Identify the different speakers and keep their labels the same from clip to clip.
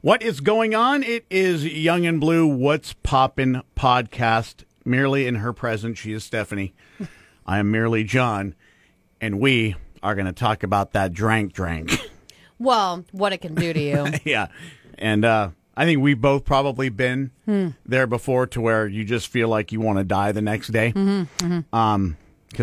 Speaker 1: What is going on? It is Young and Blue What's Poppin' podcast. Merely in her presence, she is Stephanie. I am merely John, and we are going to talk about that drank drank.
Speaker 2: Well, what it can do to you.
Speaker 1: yeah. And uh, I think we've both probably been there before to where you just feel like you want to die the next day. Because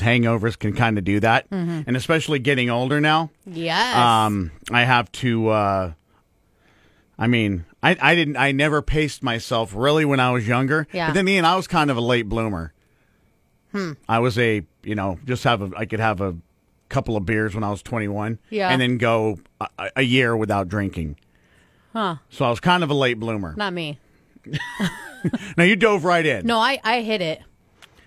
Speaker 1: hangovers can kind of do that. And especially getting older now.
Speaker 2: yes.
Speaker 1: Um, I have to. Uh, I mean, I, I didn't. I never paced myself really when I was younger.
Speaker 2: Yeah. Hmm.
Speaker 1: But then, me and I was kind of a late bloomer. I was a you know just have a I could have a couple of beers when I was twenty one.
Speaker 2: Yeah.
Speaker 1: And then go a, a year without drinking.
Speaker 2: Huh.
Speaker 1: So I was kind of a late bloomer.
Speaker 2: not me.
Speaker 1: Now you dove right in.
Speaker 2: No, I, I hit it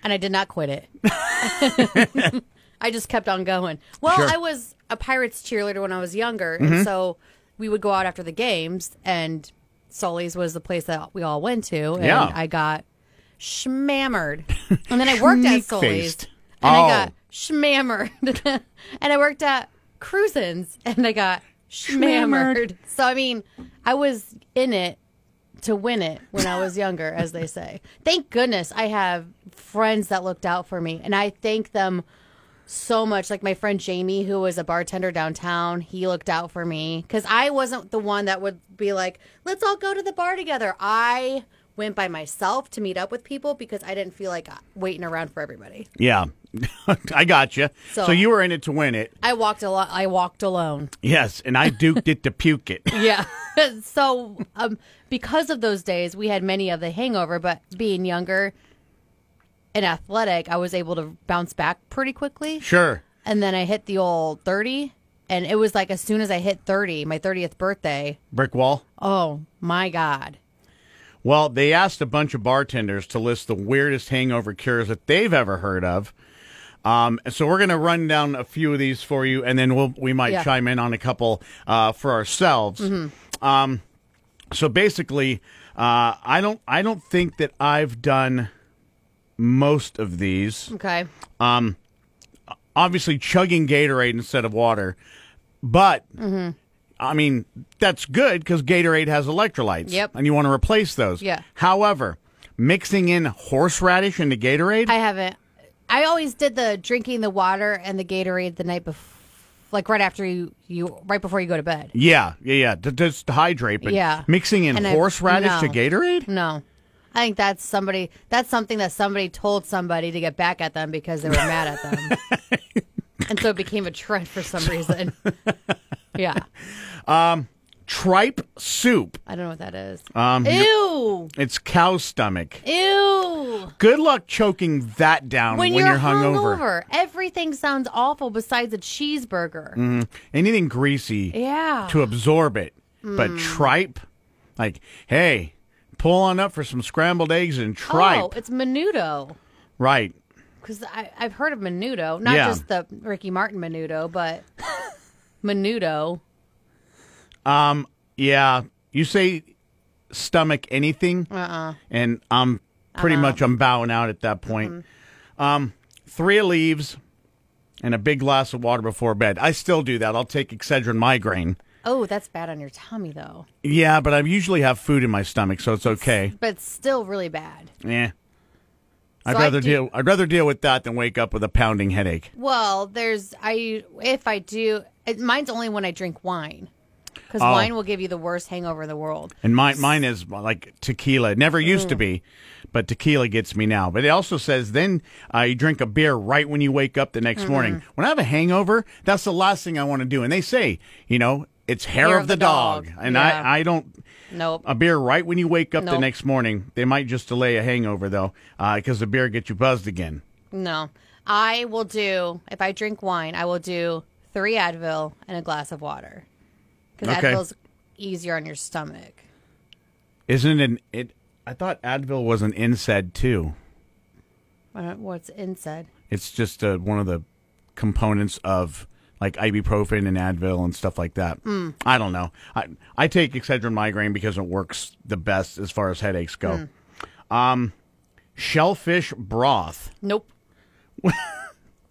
Speaker 2: and I did not quit it. I just kept on going. Well,
Speaker 1: Sure. Mm-hmm.
Speaker 2: I was a Pirates cheerleader when I was younger. And so we would go out after the games, and Sully's was the place that we all went to. And
Speaker 1: Yeah.
Speaker 2: I got shmammered. And then I worked at Sully's.
Speaker 1: Schmeek-faced.
Speaker 2: And
Speaker 1: Oh.
Speaker 2: I got shmammered. and I worked at Cruisin's, and I got shmammered. So, I mean, I was in it to win it when I was younger, as they say. Thank goodness I have friends that looked out for me, and I thank them so much. Like my friend Jamie, who was a bartender downtown, he looked out for me because I wasn't the one that would be like, let's all go to the bar together. I went by myself to meet up with people because I didn't feel like waiting around for everybody.
Speaker 1: Yeah. I got you.
Speaker 2: So-
Speaker 1: so you were in it to win it.
Speaker 2: I walked a lot. I walked alone.
Speaker 1: Yes, and I duked it to puke it.
Speaker 2: Yeah. so, um, because of those days, we had many of the hangover, but being younger and athletic, I was able to bounce back pretty quickly.
Speaker 1: Sure.
Speaker 2: And then I hit the old 30, and it was like as soon as I hit 30, my 30th birthday,
Speaker 1: Brick wall.
Speaker 2: oh my God.
Speaker 1: Well, they asked a bunch of bartenders to list the weirdest hangover cures that they've ever heard of. Um, so we're going to run down a few of these for you, and then we'll we might
Speaker 2: Yeah.
Speaker 1: chime in on a couple uh, for ourselves. Um, so basically, uh, I don't I don't think that I've done most of these.
Speaker 2: Okay.
Speaker 1: Obviously, chugging Gatorade instead of water, but. I mean, that's good because Gatorade has electrolytes.
Speaker 2: Yep.
Speaker 1: And you want to replace those.
Speaker 2: Yeah.
Speaker 1: However, mixing in horseradish into Gatorade,
Speaker 2: I haven't. I always did the drinking the water and the Gatorade the night before, like right after you, you, right before you go to bed.
Speaker 1: yeah, yeah, yeah, to, just to hydrate. But
Speaker 2: Yeah.
Speaker 1: mixing in
Speaker 2: And I-
Speaker 1: horseradish to
Speaker 2: no.
Speaker 1: Gatorade?
Speaker 2: No. I think that's somebody that's something that somebody told somebody to get back at them because they were mad at them. and so it became a trend for some reason. yeah.
Speaker 1: Tripe soup.
Speaker 2: I don't know what that is.
Speaker 1: Um,
Speaker 2: ew.
Speaker 1: It's cow stomach.
Speaker 2: Ew.
Speaker 1: Good luck choking that down Um, when,
Speaker 2: When, you're,
Speaker 1: you're hungover.
Speaker 2: hungover, everything sounds awful besides a cheeseburger.
Speaker 1: Anything greasy
Speaker 2: Yeah.
Speaker 1: Mm. to absorb it.
Speaker 2: Hmm.
Speaker 1: But tripe, like, hey, pull on up for some scrambled eggs and tripe.
Speaker 2: Oh, it's menudo.
Speaker 1: Right.
Speaker 2: Because I've heard of menudo, not
Speaker 1: Yeah.
Speaker 2: just the Ricky Martin menudo, but menudo.
Speaker 1: Yeah, you say stomach anything, uh-uh. and I'm pretty
Speaker 2: Uh-huh.
Speaker 1: much I'm bowing out at that point.
Speaker 2: Mm-hmm.
Speaker 1: Um, three leaves and a big glass of water before bed. I still do that. I'll take Excedrin migraine.
Speaker 2: Oh, that's bad on your tummy though.
Speaker 1: Yeah, but I usually have food in my stomach, so it's okay.
Speaker 2: But it's still really bad.
Speaker 1: Yeah, I'd
Speaker 2: So I
Speaker 1: rather
Speaker 2: do-
Speaker 1: deal. I'd rather deal with that than wake up with a pounding headache.
Speaker 2: Well, there's I if I do, it, mine's only when I drink wine, because
Speaker 1: Oh.
Speaker 2: wine will give you the worst hangover in the world.
Speaker 1: And my, mine is like tequila. It never used to be, but tequila gets me now. But it also says then uh, you drink a beer right when you wake up the next morning. When I have a hangover, that's the last thing I want to do. And they say, you know, it's hair, of, the, dog.
Speaker 2: dog.
Speaker 1: And
Speaker 2: Yeah.
Speaker 1: I, I don't.
Speaker 2: Nope.
Speaker 1: A beer right when you wake up the
Speaker 2: Nope.
Speaker 1: next morning. They might just delay a hangover though, because the beer gets you buzzed again.
Speaker 2: no, I will do if I drink wine, I will do three Advil and a glass of water, because
Speaker 1: Okay.
Speaker 2: Advil's easier on your stomach.
Speaker 1: Isn't it? An, it I thought Advil was an NSAID too.
Speaker 2: I don't- Uh, What's inside?
Speaker 1: It's just uh, one of the components of like ibuprofen and Advil and stuff like that.
Speaker 2: Hmm.
Speaker 1: I don't know. I I take Excedrin migraine because it works the best as far as headaches go. Um,
Speaker 2: Hmm.
Speaker 1: shellfish broth.
Speaker 2: Nope.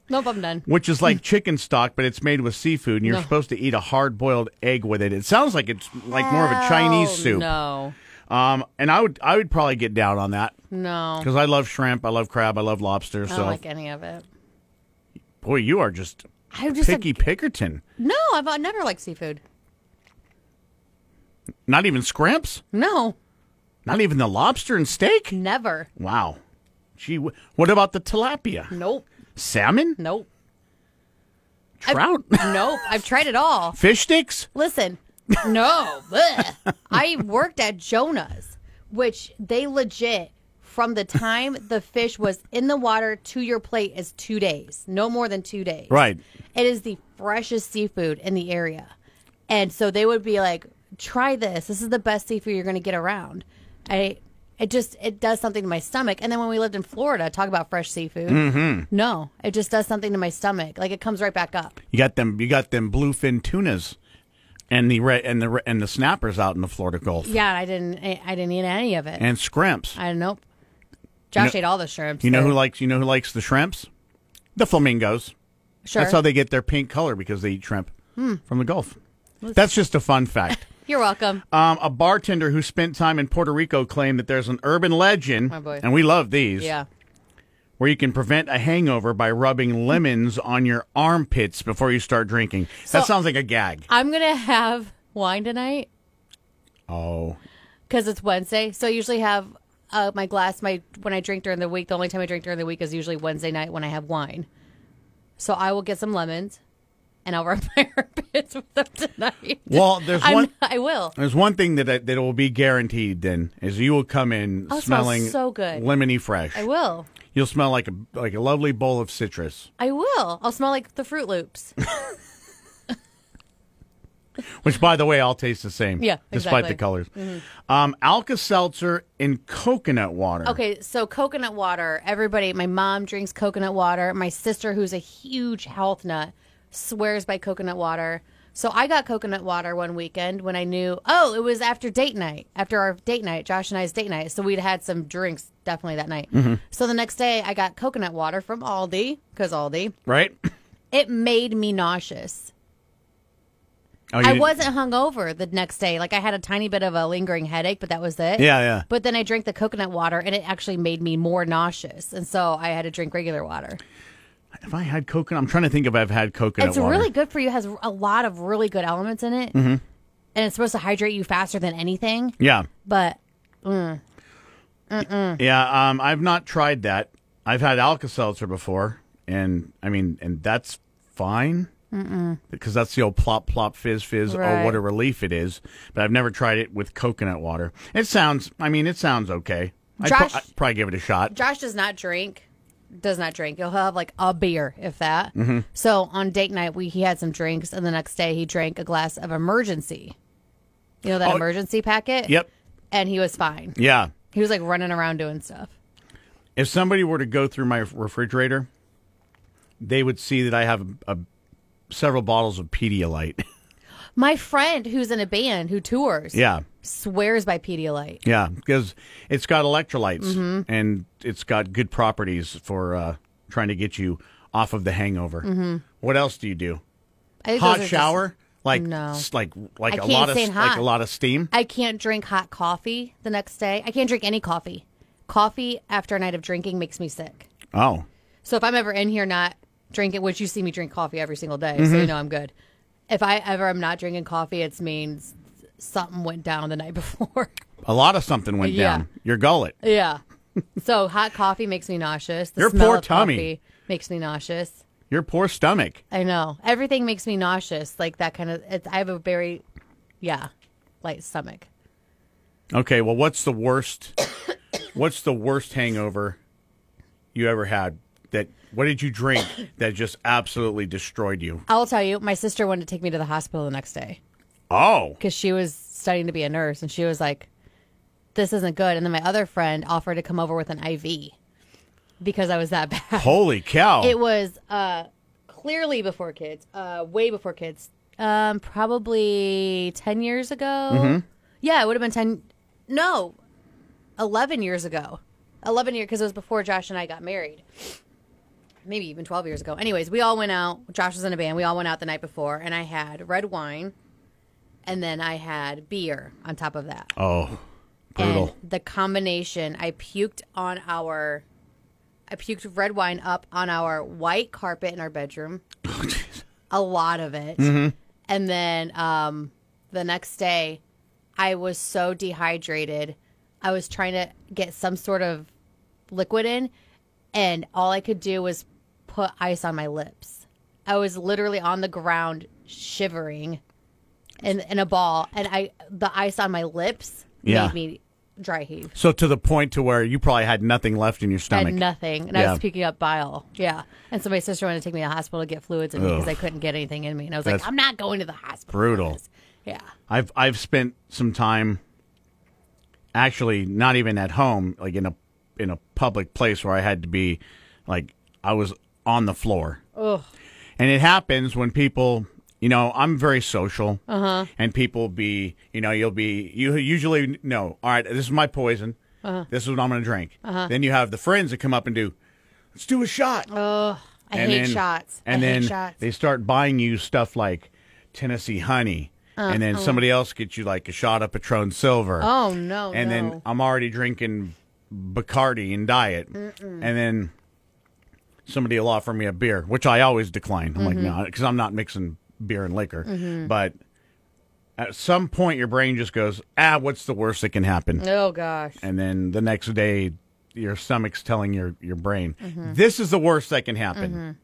Speaker 2: Nope, I'm done.
Speaker 1: which is like chicken stock, but it's made with seafood, and you're
Speaker 2: Hmm. No.
Speaker 1: supposed to eat a hard boiled egg with it. It sounds like it's like more of a Chinese
Speaker 2: Hell
Speaker 1: soup.
Speaker 2: No,
Speaker 1: Um, and I would I would probably get down on that
Speaker 2: no,
Speaker 1: because I love shrimp, I love crab, I love lobster.
Speaker 2: I
Speaker 1: So
Speaker 2: don't like any of it.
Speaker 1: boy, you are just
Speaker 2: I just
Speaker 1: picky pickerton.
Speaker 2: no. I've I never liked seafood.
Speaker 1: Not even scrimps.
Speaker 2: No,
Speaker 1: Not even the lobster and
Speaker 2: Mm.
Speaker 1: steak.
Speaker 2: never.
Speaker 1: Wow. Gee, wh- what about the tilapia?
Speaker 2: Nope,
Speaker 1: Salmon,
Speaker 2: nope,
Speaker 1: trout,
Speaker 2: nope. I've tried it all.
Speaker 1: fish sticks.
Speaker 2: Listen, no. bleh. I worked at Jonah's, which they legit from the time the fish was in the water to your plate is two days, no more than two days.
Speaker 1: Right.
Speaker 2: It is the freshest seafood in the area, and so they would be like, "Try this. This is the best seafood you're going to get around." I. It just it does something to my stomach, and then when we lived in Florida, talk about fresh seafood. No, it just does something to my stomach. Like it comes right back up.
Speaker 1: You got them. You got them bluefin tunas, and the red and the re- and the snappers out in the Florida Gulf,
Speaker 2: Yeah, I didn't. I, I didn't eat any of it.
Speaker 1: and scrimps.
Speaker 2: I nope. Josh
Speaker 1: know-
Speaker 2: ate all the shrimps.
Speaker 1: You know
Speaker 2: so-
Speaker 1: who likes you know who likes the shrimps? The flamingos.
Speaker 2: Sure. Hmm.
Speaker 1: That's how they get their pink color because they eat shrimp from the Gulf. That's just a fun fact.
Speaker 2: You're welcome.
Speaker 1: Um, a bartender who spent time in Puerto Rico claimed that there's an urban legend,
Speaker 2: Oh, boy.
Speaker 1: and we love these,
Speaker 2: Yeah.
Speaker 1: where you can prevent a hangover by rubbing lemons on your armpits before you start drinking.
Speaker 2: So-
Speaker 1: that sounds like a gag.
Speaker 2: I'm going to have wine tonight
Speaker 1: Oh,
Speaker 2: because it's Wednesday. So I usually have uh, my glass, my when I drink during the week, the only time I drink during the week is usually Wednesday night when I have wine. So I will get some lemons and I'll rub my armpits with them tonight.
Speaker 1: well, there's
Speaker 2: I'm-
Speaker 1: one.
Speaker 2: I will.
Speaker 1: There's one thing that that that will be guaranteed. Then is you will come in
Speaker 2: Oh, it smells
Speaker 1: smelling
Speaker 2: so good.
Speaker 1: lemony fresh.
Speaker 2: I will.
Speaker 1: You'll smell like a like a lovely bowl of citrus,
Speaker 2: I will. I'll smell like the Fruit Loops.
Speaker 1: which, by the way, all taste the same.
Speaker 2: Yeah,
Speaker 1: despite the
Speaker 2: exactly. Mm-hmm.
Speaker 1: colors. Um, Alka Seltzer in coconut water.
Speaker 2: Okay, so coconut water. Everybody, my mom drinks coconut water. My sister, who's a huge health nut, swears by coconut water. So I got coconut water one weekend when I knew, oh, it was after date night, after our date night, Josh and I's date night. So we'd had some drinks definitely that night. So the next day, I got coconut water from Aldi, because Aldi.
Speaker 1: right?
Speaker 2: It made me nauseous.
Speaker 1: Oh, you
Speaker 2: I
Speaker 1: didn't-
Speaker 2: wasn't hungover the next day. Like I had a tiny bit of a lingering headache, but that was it.
Speaker 1: Yeah, yeah.
Speaker 2: But then I drank the coconut water, and it actually made me more nauseous, and so I had to drink regular water.
Speaker 1: Have I had coconut? I'm trying to think if I've had coconut
Speaker 2: it's
Speaker 1: water.
Speaker 2: really good for you. It Has a lot of really good elements in it, mm-hmm. and it's supposed to hydrate you faster than anything.
Speaker 1: yeah,
Speaker 2: But
Speaker 1: yeah. Um, I've not tried that. I've had Alka Seltzer before, and I mean, and that's fine. Because that's the old plop plop fizz fizz. Oh,
Speaker 2: Right.
Speaker 1: what a relief it is! But I've never tried it with coconut water. It sounds. I mean, it sounds okay. I'd,
Speaker 2: Josh-
Speaker 1: I'd probably give it a shot.
Speaker 2: Josh does not drink. Does not drink. He'll have like a beer, if that.
Speaker 1: Mm-hmm.
Speaker 2: So on date night, we he had some drinks, and the next day he drank a glass of emergency. You know that
Speaker 1: Oh,
Speaker 2: emergency packet.
Speaker 1: Yep.
Speaker 2: And he was fine.
Speaker 1: Yeah.
Speaker 2: He was like running around doing stuff.
Speaker 1: If somebody were to go through my refrigerator, they would see that I have a, several bottles of Pedialyte.
Speaker 2: My friend who's in a band who tours
Speaker 1: yeah.
Speaker 2: swears by Pedialyte.
Speaker 1: Yeah, because it's got electrolytes
Speaker 2: Mm-hmm.
Speaker 1: and it's got good properties for uh, trying to get you off of the hangover. What else do you do?
Speaker 2: I
Speaker 1: Hot
Speaker 2: think those are Mm-hmm. just-
Speaker 1: shower, like
Speaker 2: No.
Speaker 1: s- like like
Speaker 2: I
Speaker 1: a
Speaker 2: can't
Speaker 1: lot of
Speaker 2: stand
Speaker 1: s- like
Speaker 2: hot.
Speaker 1: a lot of steam.
Speaker 2: I can't drink hot coffee the next day. I can't drink any coffee. Coffee after a night of drinking makes me sick.
Speaker 1: Oh,
Speaker 2: So if I'm ever in here not drinking, which you see me drink coffee every single day, so
Speaker 1: Mm-hmm.
Speaker 2: you know I'm good. If I ever am not drinking coffee, it means something went down the night before.
Speaker 1: a lot of something went
Speaker 2: Yeah.
Speaker 1: down. Your gullet.
Speaker 2: yeah. so hot coffee makes me nauseous. The
Speaker 1: Your
Speaker 2: smell
Speaker 1: poor
Speaker 2: of
Speaker 1: tummy.
Speaker 2: coffee makes me nauseous.
Speaker 1: Your poor stomach.
Speaker 2: I know. Everything makes me nauseous. Like that kind of. It's, I have a very, yeah, light stomach.
Speaker 1: Okay, well, what's the worst? what's the worst hangover you ever had? That what did you drink that just absolutely destroyed you?
Speaker 2: I'll tell you, my sister wanted to take me to the hospital the next day
Speaker 1: Oh,
Speaker 2: because she was studying to be a nurse and she was like, this isn't good. And then my other friend offered to come over with an IV because I was that bad.
Speaker 1: holy cow!
Speaker 2: It was uh, clearly before kids, uh, way before kids, um, probably 10 years ago. Yeah, it would have been 10, no, 11 years ago. 11 years, because it was before Josh and I got married. maybe even 12 years ago. Anyways, we all went out. Josh was in a band. We all went out the night before, and I had red wine, and then I had beer on top of that.
Speaker 1: Oh, brutal.
Speaker 2: And the combination, I puked on our, I puked red wine up on our white carpet in our bedroom,
Speaker 1: Oh, jeez.
Speaker 2: a lot of it.
Speaker 1: Mm-hmm.
Speaker 2: And then um, the next day, I was so dehydrated. I was trying to get some sort of liquid in, and all I could do was put ice on my lips. I was literally on the ground shivering in, in a ball, and I the ice on my lips
Speaker 1: Yeah.
Speaker 2: made me dry heave.
Speaker 1: So to the point to where you probably had nothing left in your
Speaker 2: I
Speaker 1: stomach.
Speaker 2: had nothing, and I
Speaker 1: Yeah.
Speaker 2: was puking up bile. Yeah, and so my sister wanted to take me to the hospital to get fluids in me because
Speaker 1: Ugh.
Speaker 2: I couldn't get anything in me, and I was
Speaker 1: That's
Speaker 2: like, "I'm not going to the hospital." for
Speaker 1: brutal.
Speaker 2: this." Yeah,
Speaker 1: I've I've spent some time actually not even at home, like in a in a public place where I had to be like I was on the floor.
Speaker 2: Ugh.
Speaker 1: And it happens when people you know, I'm very social, uh-huh. and people be, you know, you'll be, you usually know. All right, this is my poison. Uh-huh. This is what I'm going to drink. Uh-huh. Then you have the friends that come up and do, let's do a shot.
Speaker 2: I hate shots.
Speaker 1: And
Speaker 2: I
Speaker 1: then
Speaker 2: hate shots.
Speaker 1: they start buying you stuff like Tennessee honey, and then somebody else gets you like a shot of Patron Silver.
Speaker 2: Uh, oh no!
Speaker 1: and then
Speaker 2: no.
Speaker 1: I'm already drinking Bacardi and diet, and then somebody will offer me a beer, which I always decline. I'm like,
Speaker 2: Mm-hmm.
Speaker 1: no, because I'm not mixing beer and liquor. But at some point, your brain just goes, ah, what's the worst that can happen?
Speaker 2: oh gosh.
Speaker 1: and then the next day your stomach's telling your, your brain
Speaker 2: Mm-hmm.
Speaker 1: this is the worst that can happen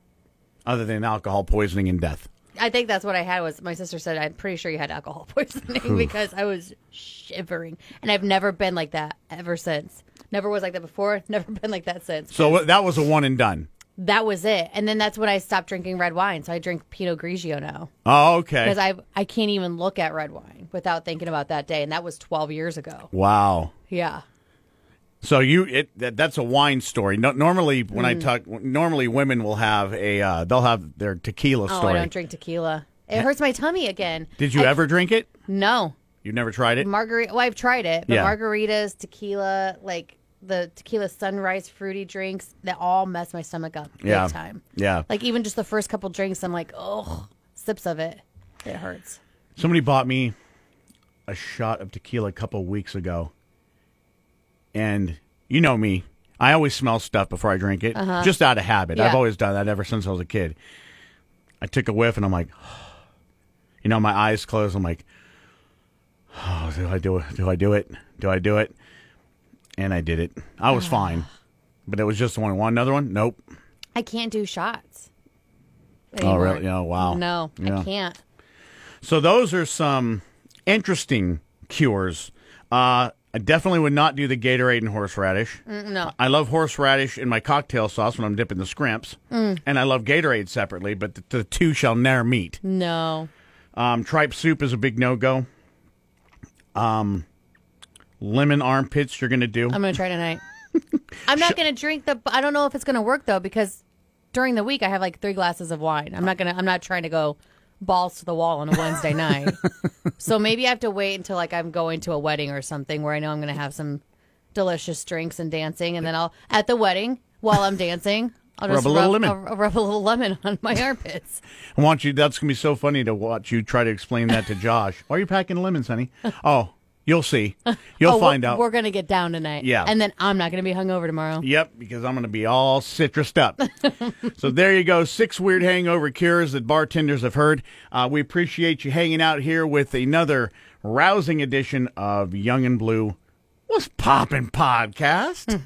Speaker 1: other than alcohol poisoning and death
Speaker 2: I think that's what I had was my sister said I'm pretty sure you had alcohol poisoning because I was shivering and I've never been like that ever since. Never was like that before, never been like that since.
Speaker 1: so wha- that was a one and done
Speaker 2: That was it. And then that's when I stopped drinking red wine, so I drink Pinot Grigio now
Speaker 1: oh okay
Speaker 2: because I I can't even look at red wine without thinking about that day and that was 12 years ago.
Speaker 1: wow
Speaker 2: Yeah.
Speaker 1: so you it that, that's a wine story no, normally when
Speaker 2: Mm.
Speaker 1: i talk normally women will have a uh, they'll have their tequila
Speaker 2: Oh,
Speaker 1: story
Speaker 2: I don't drink tequila. It hurts my tummy again.
Speaker 1: did you
Speaker 2: I-
Speaker 1: ever drink it
Speaker 2: No.
Speaker 1: you never tried it
Speaker 2: margarita. Well, I've tried it, but
Speaker 1: Yeah.
Speaker 2: margaritas, tequila, like the tequila sunrise fruity drinks, that all mess my stomach up big
Speaker 1: yeah
Speaker 2: time.
Speaker 1: yeah
Speaker 2: Like even just the first couple drinks, I'm like, oh, sips of it, it hurts.
Speaker 1: Somebody bought me a shot of tequila a couple weeks ago. And you know me, I always smell stuff before I drink it, just out of habit. I've
Speaker 2: Uh-huh. Yeah.
Speaker 1: always done that ever since I was a kid. I took a whiff and I'm like, you know, my eyes closed. I'm like, oh, do I do it? Do I do it? Do I do it? And I did it. I was fine. But it was just one. Want another one? Nope.
Speaker 2: I can't do shots.
Speaker 1: Oh,
Speaker 2: anymore.
Speaker 1: really? Yeah, wow.
Speaker 2: No,
Speaker 1: Yeah.
Speaker 2: I can't.
Speaker 1: So those are some interesting cures. Uh, I definitely would not do the Gatorade and horseradish.
Speaker 2: Mm, No,
Speaker 1: I love horseradish in my cocktail sauce when I'm dipping the scrimps,
Speaker 2: Mm.
Speaker 1: and I love Gatorade separately. But the, the two shall ne'er meet.
Speaker 2: no.
Speaker 1: Um, tripe soup is a big no go. Um, lemon armpits you're gonna do.
Speaker 2: I'm gonna try tonight. I'm not gonna drink the. I don't know if it's gonna work though because during the week I have like three glasses of wine. I'm not gonna. I'm not trying to go balls to the wall on a Wednesday night. So maybe I have to wait until like I'm going to a wedding or something where I know I'm gonna have some delicious drinks and dancing, and then I'll at the wedding while I'm dancing. I'll just
Speaker 1: Rub a little lemon.
Speaker 2: I'll- I'll rub a little lemon on my armpits.
Speaker 1: I want you. That's gonna be so funny to watch you try to explain that to Josh. Why are you packing lemons, honey? Oh, you'll see. You'll
Speaker 2: Oh, we're-
Speaker 1: find out.
Speaker 2: We're gonna get down tonight.
Speaker 1: Yeah.
Speaker 2: and then I'm not gonna be hungover tomorrow.
Speaker 1: Yep, because I'm going to be all citrused up. so there you go. Six weird hangover cures that bartenders have heard. Uh, we appreciate you hanging out here with another rousing edition of Young and Blue. What's poppin' podcast?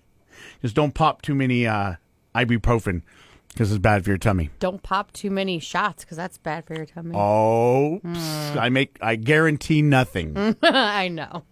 Speaker 1: Just don't pop too many uh, ibuprofen because it's bad for your tummy.
Speaker 2: Don't pop too many shots because that's bad for your tummy.
Speaker 1: Oh, psst, I make I guarantee nothing.
Speaker 2: I know.